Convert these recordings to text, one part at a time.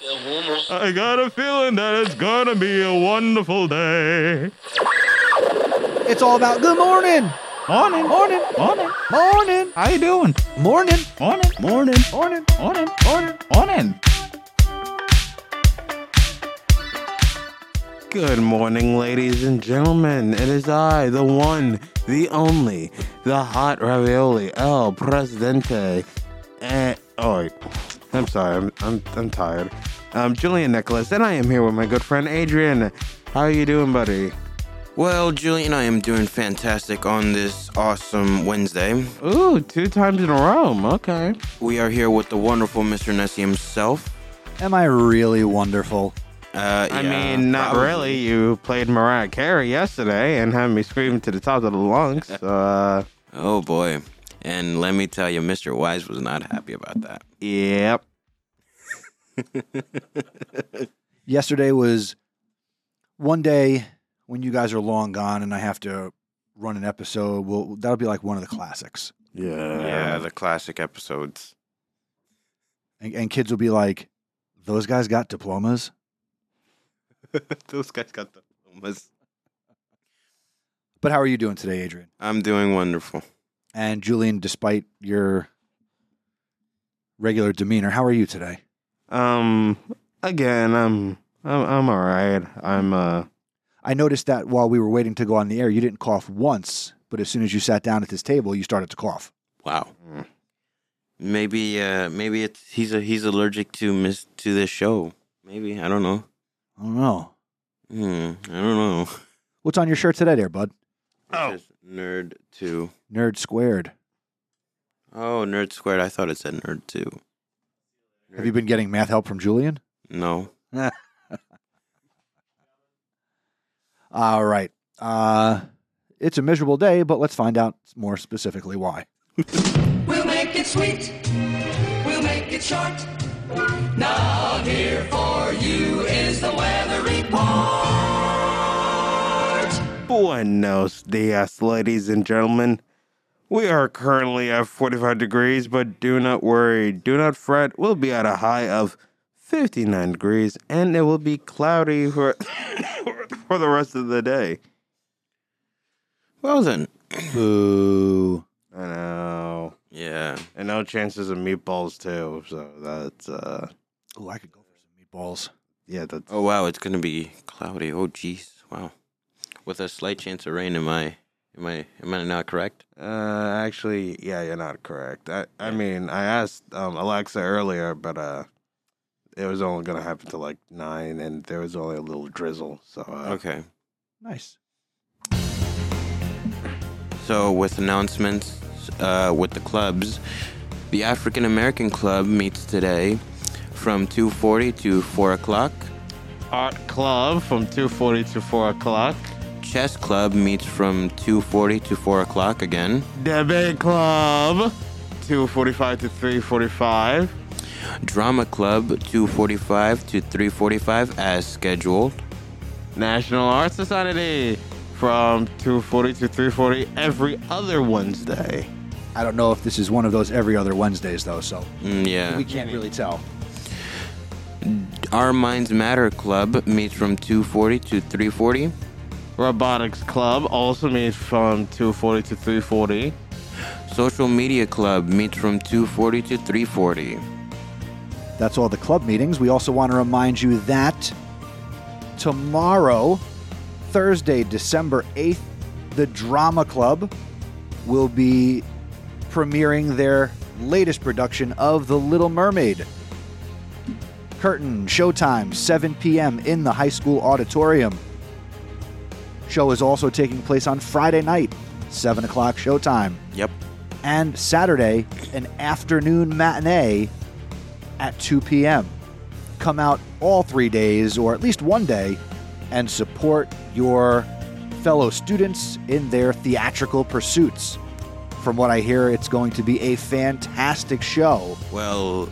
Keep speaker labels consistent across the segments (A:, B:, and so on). A: I got a feeling that it's gonna be a wonderful day.
B: It's all about good morning,
A: Morning,
B: morning,
A: morning.
B: morning,
A: How you doing?
B: morning,
A: Morning, morning,
B: morning.
A: morning, morning, morning.
C: Good morning, ladies and gentlemen. It is I, the one, the only, the hot ravioli, El Presidente. Eh, oh, wait. I'm sorry. I'm, I'm, I'm tired. Um, Julian Nicholas, and I am here with my good friend Adrian. How are you doing, buddy?
D: Well, Julian, I am doing fantastic on this awesome Wednesday.
C: Ooh, two times in a row. Okay.
D: We are here with the wonderful Mr. Nessie himself.
B: Am I really wonderful?
D: Uh,
C: I
D: yeah,
C: mean, not
D: probably.
C: really. You played Mariah Carey yesterday and had me screaming to the top of the lungs. So, uh,
D: Oh boy! And let me tell you, Mr. Wise was not happy about that.
C: yep.
B: Yesterday was one day when you guys are long gone, and I have to run an episode. Well, that'll be like one of the classics,
C: Yeah.
D: yeah, the classic episodes.
B: and, and kids will be like, "Those guys got diplomas."
D: Those guys got the diplomas.
B: But how are you doing today, Adrian
D: I'm doing wonderful.
B: and Julian? Despite your regular demeanor, how are you today?
C: Um. Again, I'm I'm I'm all right. I'm uh.
B: I noticed that while we were waiting to go on the air, you didn't cough once, but as soon as you sat down at this table, you started to cough.
D: Wow.
C: Mm.
D: Maybe, uh, maybe it's he's a, he's allergic to miss to this show. Maybe I don't know.
B: I don't know.
D: Hmm, I don't know.
B: What's on your shirt today, there, bud?
C: Oh.
D: It says nerd two.
B: Nerd squared.
D: Oh, nerd squared. I thought it said nerd two.
B: Have you been getting math help from Julian?
D: No.
B: All right. Uh, it's a miserable day, but let's find out more specifically why.
E: We'll make it sweet. We'll make it short. Now here for you is the weather report.
C: Buenos dias, ladies and gentlemen. We are currently at 45 degrees, but do not worry, do not fret. We'll be at a high of 59 degrees, and it will be cloudy for for the rest of the day.
D: Well then.
B: Boo.
C: I know,
D: Yeah.
C: and no chances of meatballs too. So that's uh,
B: Ooh, I could go for some meatballs.
C: yeah, that's
D: Oh wow, it's gonna be cloudy. Oh jeez, wow. With a slight chance of rain. Am I? Am I? Am I not correct?
C: Uh, actually, yeah, you're not correct. I, I mean, I asked um, Alexa earlier, but uh, it was only gonna happen to like nine, and there was only a little drizzle. So uh,
D: Okay.
B: Nice.
D: So with announcements, uh, with the clubs, the African American Club meets today from 2:40 to 4 o'clock.
C: art club from two forty to four o'clock.
D: Chess Club meets from 2:40 to 4 o'clock again.
C: Debate club two forty five to three forty five.
D: Drama Club 2:45 to 3:45 as scheduled.
C: National Art Society from two forty to three forty every other Wednesday.
B: I don't know if this is one of those every other Wednesdays, though, so
D: Mm, yeah.
B: we can't really tell.
D: Our Minds Matter Club meets from 2:40 to 3:40.
C: Robotics club also meets from two forty to three forty.
D: Social Media Club meets from 2:40 to 3:40.
B: That's all the club meetings. We also want to remind you that tomorrow, Thursday, December 8th, the Drama Club will be premiering their latest production of The Little Mermaid. Curtain, showtime, 7 p.m. in the high school auditorium. Show is also taking place on Friday night, 7 o'clock showtime
D: Yep.
B: and Saturday, an afternoon matinee at 2 p.m. Come out all three days, or at least one day, and support your fellow students in their theatrical pursuits. From what I hear, it's going to be a fantastic show.
D: Well,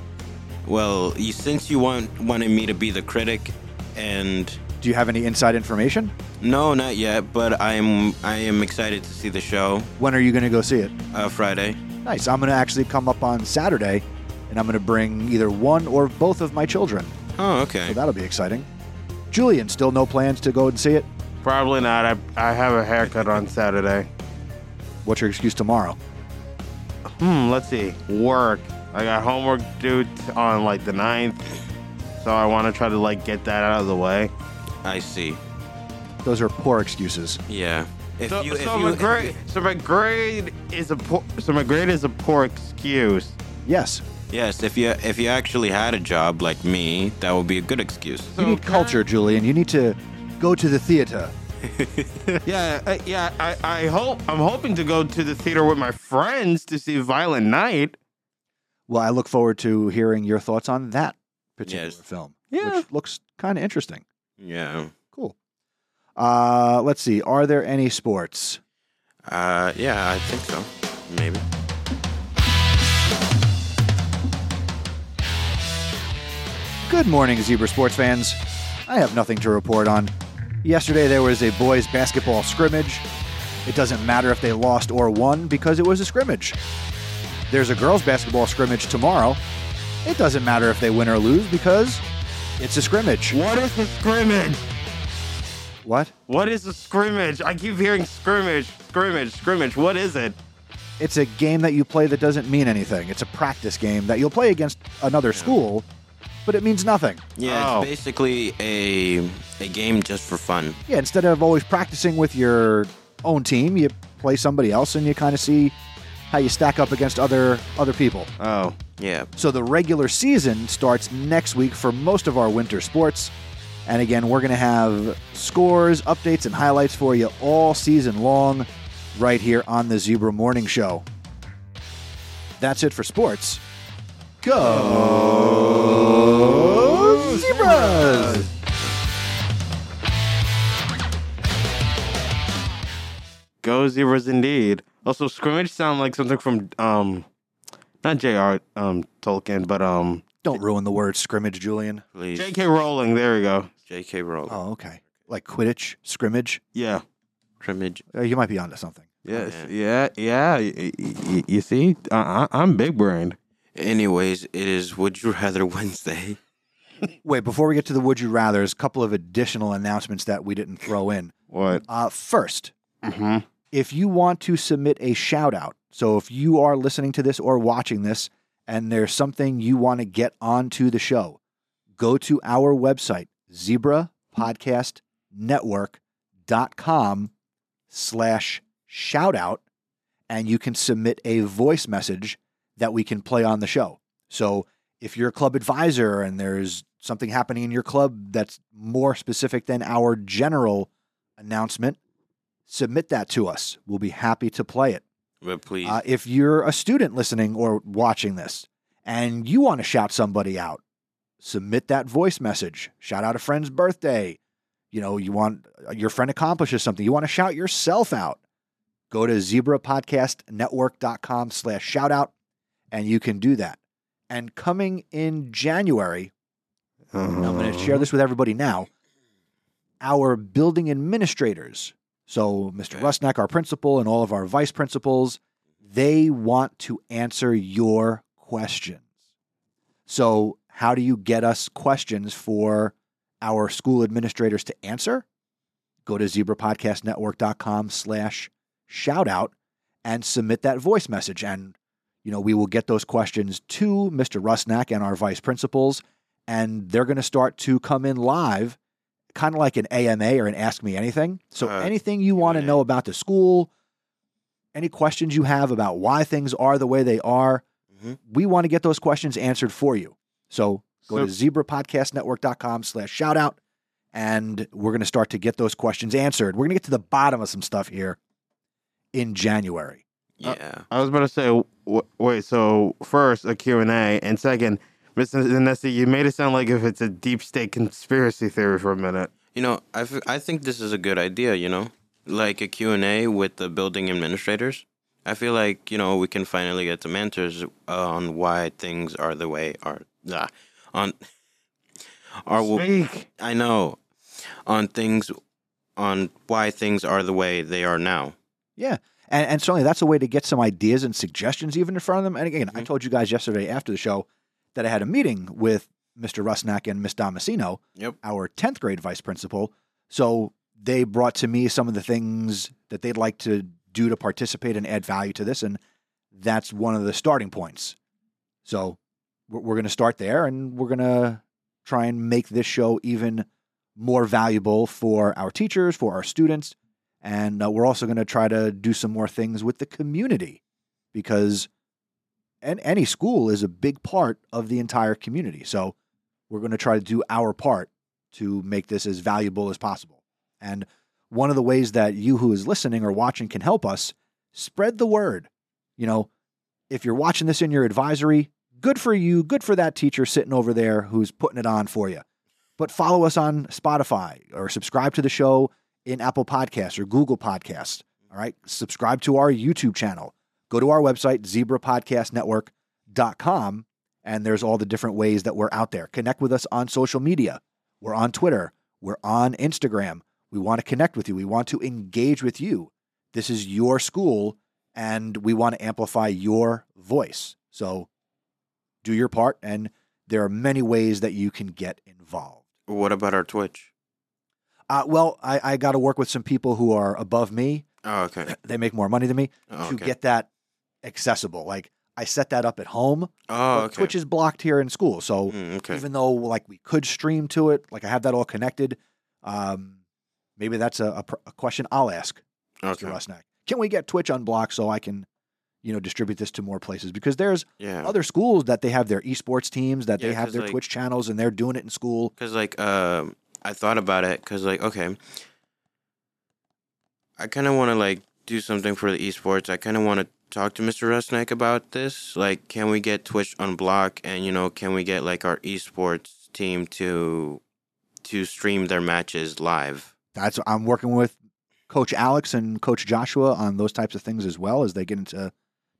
D: well, you, since you want wanted me to be the critic, and
B: Do you have any inside information?
D: no, not yet, but I'm I am excited to see the show
B: When are you going to go see it?
D: uh, Friday.
B: Nice. I'm going to actually come up on Saturday and I'm going to bring either one or both of my children.
D: Oh, okay.
B: So that'll be exciting. Julian, still no plans to go and see it?
C: Probably not. I, I have a haircut on Saturday.
B: What's your excuse tomorrow?
C: Hmm, let's see. Work. I got homework due t- on like the 9th. So I want to try to like get that out of the way.
D: I see.
B: Those are poor excuses.
D: Yeah. If
C: So,
D: you, if
C: so
D: you,
C: my grade, so my grade is a poor, so my grade is a poor excuse.
B: Yes.
D: yes, if you if you actually had a job like me, that would be a good excuse.
B: you need culture, Julian. You need to go to the theater.
C: Yeah, I, yeah. I, I hope I'm hoping to go to the theater with my friends to see Violent Night.
B: Well, I look forward to hearing your thoughts on that particular
D: Yes.
B: film,
C: Yeah.
B: which looks kind of interesting.
D: Yeah.
B: Cool. Uh, let's see. Are there any sports?
D: Uh, yeah, I think so. Maybe.
B: Good morning, Zebra Sports fans. I have nothing to report on. Yesterday there was a boys basketball scrimmage. It doesn't matter if they lost or won because it was a scrimmage. There's a girls basketball scrimmage tomorrow. It doesn't matter if they win or lose because it's a scrimmage.
C: What is a scrimmage?
B: What?
C: What is a scrimmage? I keep hearing scrimmage, scrimmage, scrimmage. What is it?
B: It's a game that you play that doesn't mean anything. It's a practice game that you'll play against another school, but it means nothing.
D: Yeah,
C: Oh.
D: it's basically a a game just for fun.
B: Yeah, instead of always practicing with your own team, you play somebody else and you kind of see how you stack up against other other people.
C: Oh,
D: Yeah.
B: So the regular season starts next week for most of our winter sports. And again, we're going to have scores, updates, and highlights for you all season long right here on the Zebra Morning Show. That's it for sports. Go Zebras!
C: go zebras indeed. Also, scrimmage sound like something from um, not J.R. um Tolkien, but um
B: Don't ruin the word scrimmage, Julian.
D: Please.
C: J.K. Rowling. There we go.
D: J.K. Rowling.
B: Oh, okay. Like Quidditch, scrimmage.
C: Yeah.
D: Scrimmage.
B: Uh, you might be onto something.
C: Yes. Yeah. Yeah. Y- y- y- you see, I- I- I'm big brained.
D: Anyways, it is Would You Rather Wednesday.
B: Wait, before we get to the would you rather's, a couple of additional announcements that we didn't throw in.
C: What?
B: Uh, first,
C: Mm-hmm.
B: if you want to submit a shout out, so if you are listening to this or watching this and there's something you want to get onto the show, go to our website, zebrapodcastnetwork.com slash shout out, and you can submit a voice message that we can play on the show. So if you're a club advisor and there's something happening in your club that's more specific than our general announcement, submit that to us. We'll be happy to play it.
D: But please.
B: Uh, if you're a student listening or watching this and you want to shout somebody out, submit that voice message. Shout out a friend's birthday. You know, you want uh, your friend accomplishes something. You want to shout yourself out. Go to zebrapodcastnetwork.com slash shout out and you can do that. And coming in January, I'm going to share this with everybody now. Our building administrators, so Mr.
D: Okay.
B: Rusnak, our principal, and all of our vice principals, they want to answer your questions. So, how do you get us questions for our school administrators to answer? Go to zebrapodcastnetwork.com slash shout out and submit that voice message. And, you know, we will get those questions to Mr. Rusnak and our vice principals and they're going to start to come in live, kind of like an AMA or an Ask Me Anything. So
D: Uh,
B: anything you want to
D: yeah.
B: know about the school, any questions you have about why things are the way they are,
D: Mhm.
B: we want to get those questions answered for you. So go
C: So-
B: to zebrapodcastnetwork.com slash shout out, and we're going to start to get those questions answered. We're going to get to the bottom of some stuff here in January.
D: yeah.
C: I was about to say, w- wait. So first, a Q and A, and second, Mr. Zanesi, you made it sound like if it's a deep state conspiracy theory for a minute.
D: you know, I, f- I think this is a good idea, you know? Like a Q&A with the building administrators. I feel like, you know, we can finally get some answers uh, on why things are the way are ah, on are
C: Speak.
D: I know on things on why things are the way they are now.
B: Yeah. And, and certainly that's a way to get some ideas and suggestions even in front of them. And again, I told you guys yesterday after the show that I had a meeting with Mr. Rusnak and Miss Damasino,
D: Yep.
B: our 10th grade vice principal. So they brought to me some of the things that they'd like to do to participate and add value to this. And that's one of the starting points. So we're, we're going to start there and we're going to try and make this show even more valuable for our teachers, for our students. And uh, we're also going to try to do some more things with the community because and any school is a big part of the entire community. So we're going to try to do our part to make this as valuable as possible. And one of the ways that you who is listening or watching can help us spread the word. You know, if you're watching this in your advisory, good for you, good for that teacher sitting over there who's putting it on for you. But follow us on Spotify or subscribe to the show in Apple Podcasts or Google Podcasts. All right. Subscribe to our YouTube channel. Go to our website, zebrapodcastnetwork.com, and there's all the different ways that we're out there. Connect with us on social media. We're on Twitter. We're on Instagram. We want to connect with you. We want to engage with you. This is your school, and we want to amplify your voice. So do your part, and there are many ways that you can get involved.
D: What about our Twitch?
B: Uh, well, I, I got to work with some people who are above me.
D: Oh, okay.
B: They make more money than me
D: Oh,
B: to
D: okay.
B: get that accessible. Like I set that up at home.
D: oh,
B: but
D: okay.
B: Twitch is blocked here in school, so
D: Mm, okay.
B: even though like we could stream to it, like I have that all connected. Um, maybe that's a, a, pr- a question I'll ask Mr.
D: okay.
B: Rusnak. Can we get Twitch unblocked so I can, you know, distribute this to more places? Because there's
D: Yeah.
B: other schools that they have their esports teams, that they
D: Yeah,
B: have
D: 'cause,
B: their
D: like-
B: Twitch channels, and they're doing it in school.
D: Because, like, uh, I thought about it. Because, like, okay, I kind of want to, like, do something for the esports. I kind of want to talk to Mr. Rusnak about this. Like, can we get Twitch unblocked? And, you know, can we get, like, our esports team to to stream their matches live?
B: That's I'm working with Coach Alex and Coach Joshua on those types of things as well as they get into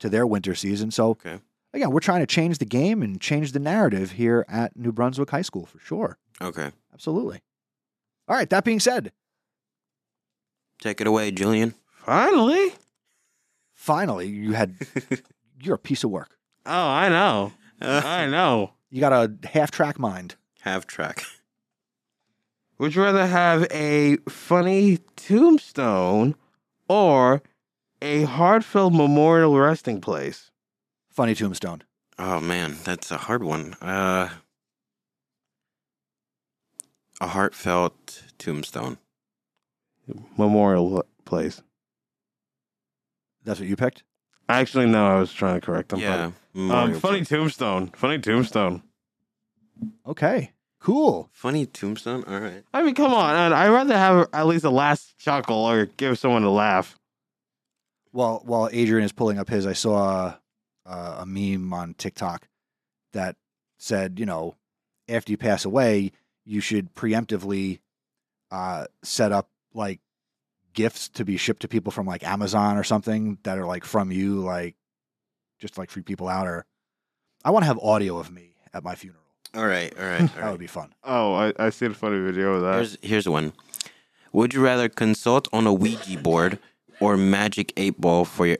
B: to their winter season. So
D: Okay.
B: again, we're trying to change the game and change the narrative here at New Brunswick High School for sure.
D: Okay.
B: Absolutely. All right. That being said,
D: Take it away, Julian.
C: Finally.
B: finally, you had you're a piece of work.
C: Oh, I know.
D: Uh-huh.
C: I know.
B: You got a half track mind.
D: Have track.
C: Would you rather have a funny tombstone or a heartfelt memorial resting place?
B: Funny tombstone.
D: Oh, man. That's a hard one. Uh, a heartfelt tombstone.
C: Memorial place.
B: That's what you picked.
C: Actually, no, I was trying to correct them.
D: yeah.
C: Um,
D: memorial
C: funny
D: place.
C: tombstone. Funny tombstone.
B: Okay. Cool.
D: Funny tombstone. All right.
C: I mean, come on. and I'd rather have at least a last chuckle or give someone a laugh.
B: While while Adrian is pulling up his, I saw a, a meme on TikTok that said, you know, after you pass away, you should preemptively uh, set up like gifts to be shipped to people from like Amazon or something that are like from you, like just like free people out. Or I want to have audio of me at my funeral.
D: All right. All right. All
B: That would
D: right.
B: be fun.
C: Oh, I, I see a funny video of that.
D: Here's here's one. Would you rather consult on a Ouija board or magic eight ball for your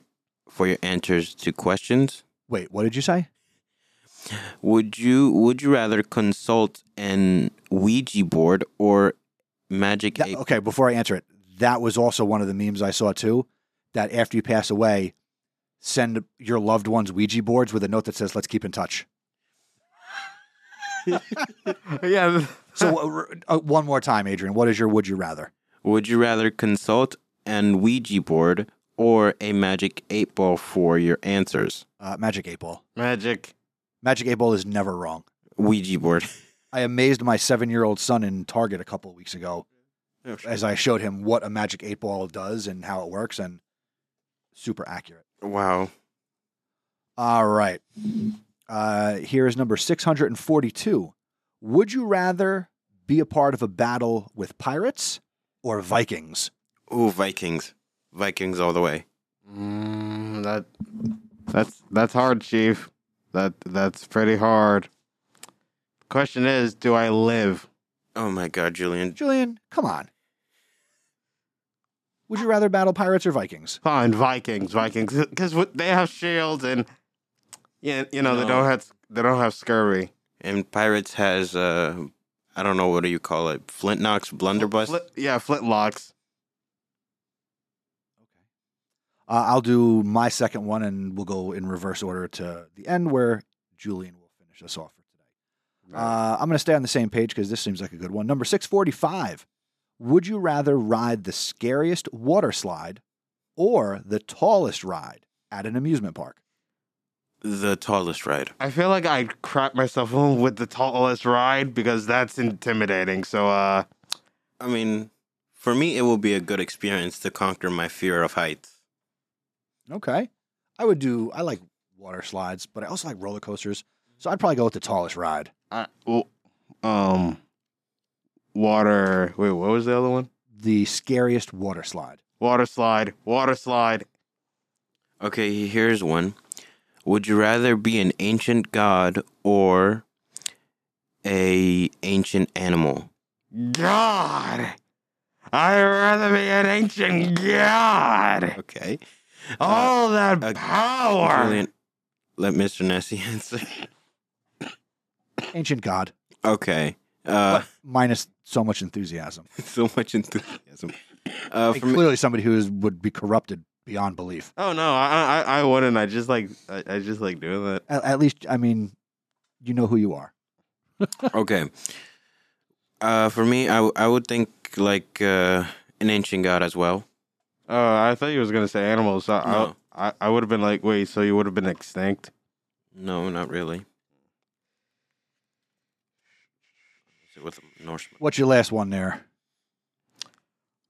D: for your answers to questions?
B: Wait, what did you say?
D: Would you would you rather consult an Ouija board or magic
B: That-
D: eight?
B: okay, before I answer it, that was also one of the memes I saw too. That after you pass away, send your loved ones Ouija boards with a note that says "Let's keep in touch."
C: yeah.
B: So, uh, r- uh, one more time, Adrian, what is your "Would you rather"?
D: Would you rather consult an Ouija board or a magic eight ball for your answers?
B: Uh, Magic Eight Ball.
C: Magic.
B: Magic Eight Ball is never wrong.
D: Ouija board.
B: I amazed my seven-year-old son in Target a couple of weeks ago
D: Oh,
B: as I showed him what a Magic Eight Ball does and how it works, and super accurate.
D: Wow.
B: All right. Uh, here is number 642. Would you rather be a part of a battle with pirates or Vikings?
D: Ooh, Vikings. Vikings all the way.
C: Mm, that that's that's hard, Chief. That that's pretty hard. Question is, do I live?
D: Oh my God, Julian.
B: Julian, come on. Would you rather battle pirates or Vikings?
C: Fine, Vikings, Vikings, because they have shields and yeah, you know they
D: No.
C: don't have they don't have scurvy.
D: And Pirates has uh I don't know what do you call it? Flint Knox blunderbuss.
C: Flit- yeah, flintlocks.
B: Uh, I'll do my second one, and we'll go in reverse order to the end where Julian will finish us off for today. Uh, I'm going to stay on the same page because this seems like a good one. Number 645 Would you rather ride the scariest water slide or the tallest ride at an amusement park?
D: The tallest ride.
C: I feel like I crap myself with the tallest ride because that's intimidating. So uh,
D: I mean, for me it will be a good experience to conquer my fear of heights.
B: Okay. I would do, I like water slides, but I also like roller coasters. So I'd probably go with the tallest ride.
C: I, well, um, water. Wait, what was the other one?
B: The scariest water slide.
C: Water slide. Water slide.
D: Okay, here's one. Would you rather be an ancient god or a ancient animal?
C: God. I'd rather be an ancient god.
D: Okay.
C: All that
D: uh,
C: power.
D: Julian, let Mr. Nessie answer.
B: Ancient God,
D: okay. Uh
B: minus so much enthusiasm.
D: so much enthusiasm. Uh
B: Like,
D: for me,
B: clearly somebody who is, would be corrupted beyond belief.
C: Oh no, I, I I wouldn't. I just like I, I just like doing that.
B: At, at least, I mean, you know who you are.
D: Okay. Uh, for me, I, w- I would think like uh, an ancient god as well.
C: Oh, I thought you was gonna say animals. So
D: No.
C: I I, I would have been like, wait, so you would have been extinct?
D: No, not really. Is it With a Norseman.
B: What's your last one there,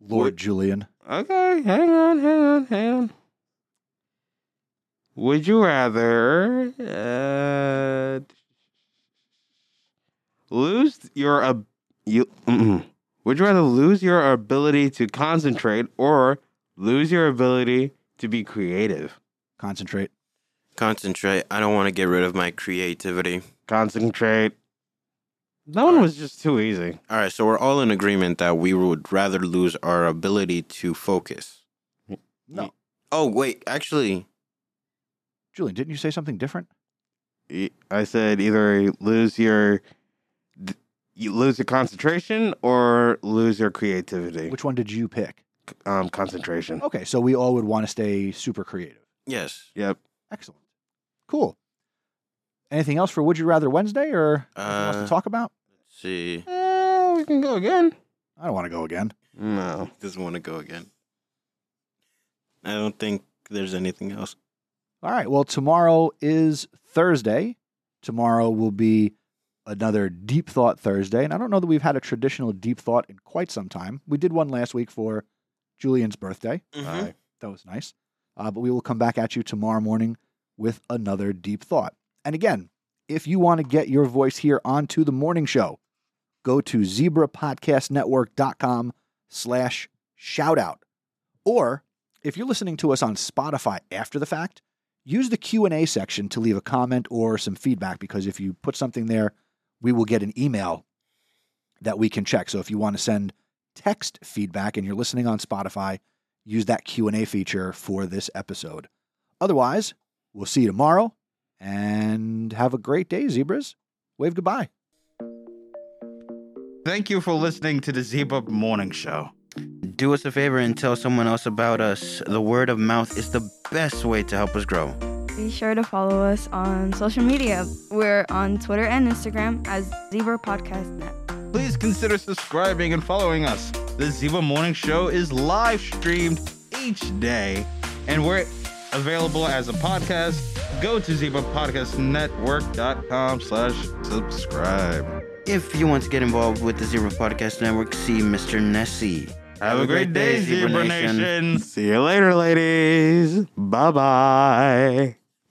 B: Lord
C: Would-
B: Julian?
C: Okay, hang on, hang on, hang on. Would you rather uh, lose your ab- you? would you rather lose your ability to concentrate or lose your ability to be creative?
B: Concentrate.
D: Concentrate. I don't want to get rid of my creativity.
C: Concentrate. That one was just too easy.
D: All right, so we're all in agreement that we would rather lose our ability to focus.
B: No,
D: Oh wait, actually,
B: Julian, didn't you say something different?
C: E- I said either you lose your d- you lose your concentration or lose your creativity.
B: Which one did you pick?
C: um concentration.
B: Okay, so we all would want to stay super creative.
D: yes.
C: Yep.
B: Excellent. Cool. Anything else for Would You Rather Wednesday or anything else to
D: Uh,
B: talk about?
D: Let's see,
C: Uh, we can go again.
B: I don't want to go again.
C: No.
D: doesn't want to go again. I don't think there's anything else.
B: All right. Well, tomorrow is Thursday. Tomorrow will be another Deep Thought Thursday. And I don't know that we've had a traditional Deep Thought in quite some time. We did one last week for Julian's birthday.
D: Mhm.
B: That was nice. Uh, but we will come back at you tomorrow morning with another deep thought. And again, if you want to get your voice here onto the morning show, go to zebrapodcastnetwork.com slash shout out. Or if you're listening to us on Spotify after the fact, use the Q&A section to leave a comment or some feedback because if you put something there, we will get an email that we can check. So if you want to send text feedback and you're listening on Spotify, use that Q&A feature for this episode. Otherwise, we'll see you tomorrow and have a great day, zebras. Wave goodbye.
F: Thank you for listening to the Zebra Morning Show.
D: Do us a favor and tell someone else about us. The word of mouth is the best way to help us grow.
G: Be sure to follow us on social media. We're on Twitter and Instagram as Zebra Podcast Net.
F: Please consider subscribing and following us. The Zebra Morning Show is live streamed each day, and we're available as a podcast. Go to zebrapodcastnetwork.com slash subscribe.
H: If you want to get involved with the Zebra Podcast Network, see Mr. Nessie.
F: Have a great day, Zebra Nation.
C: See you later, ladies. Bye bye.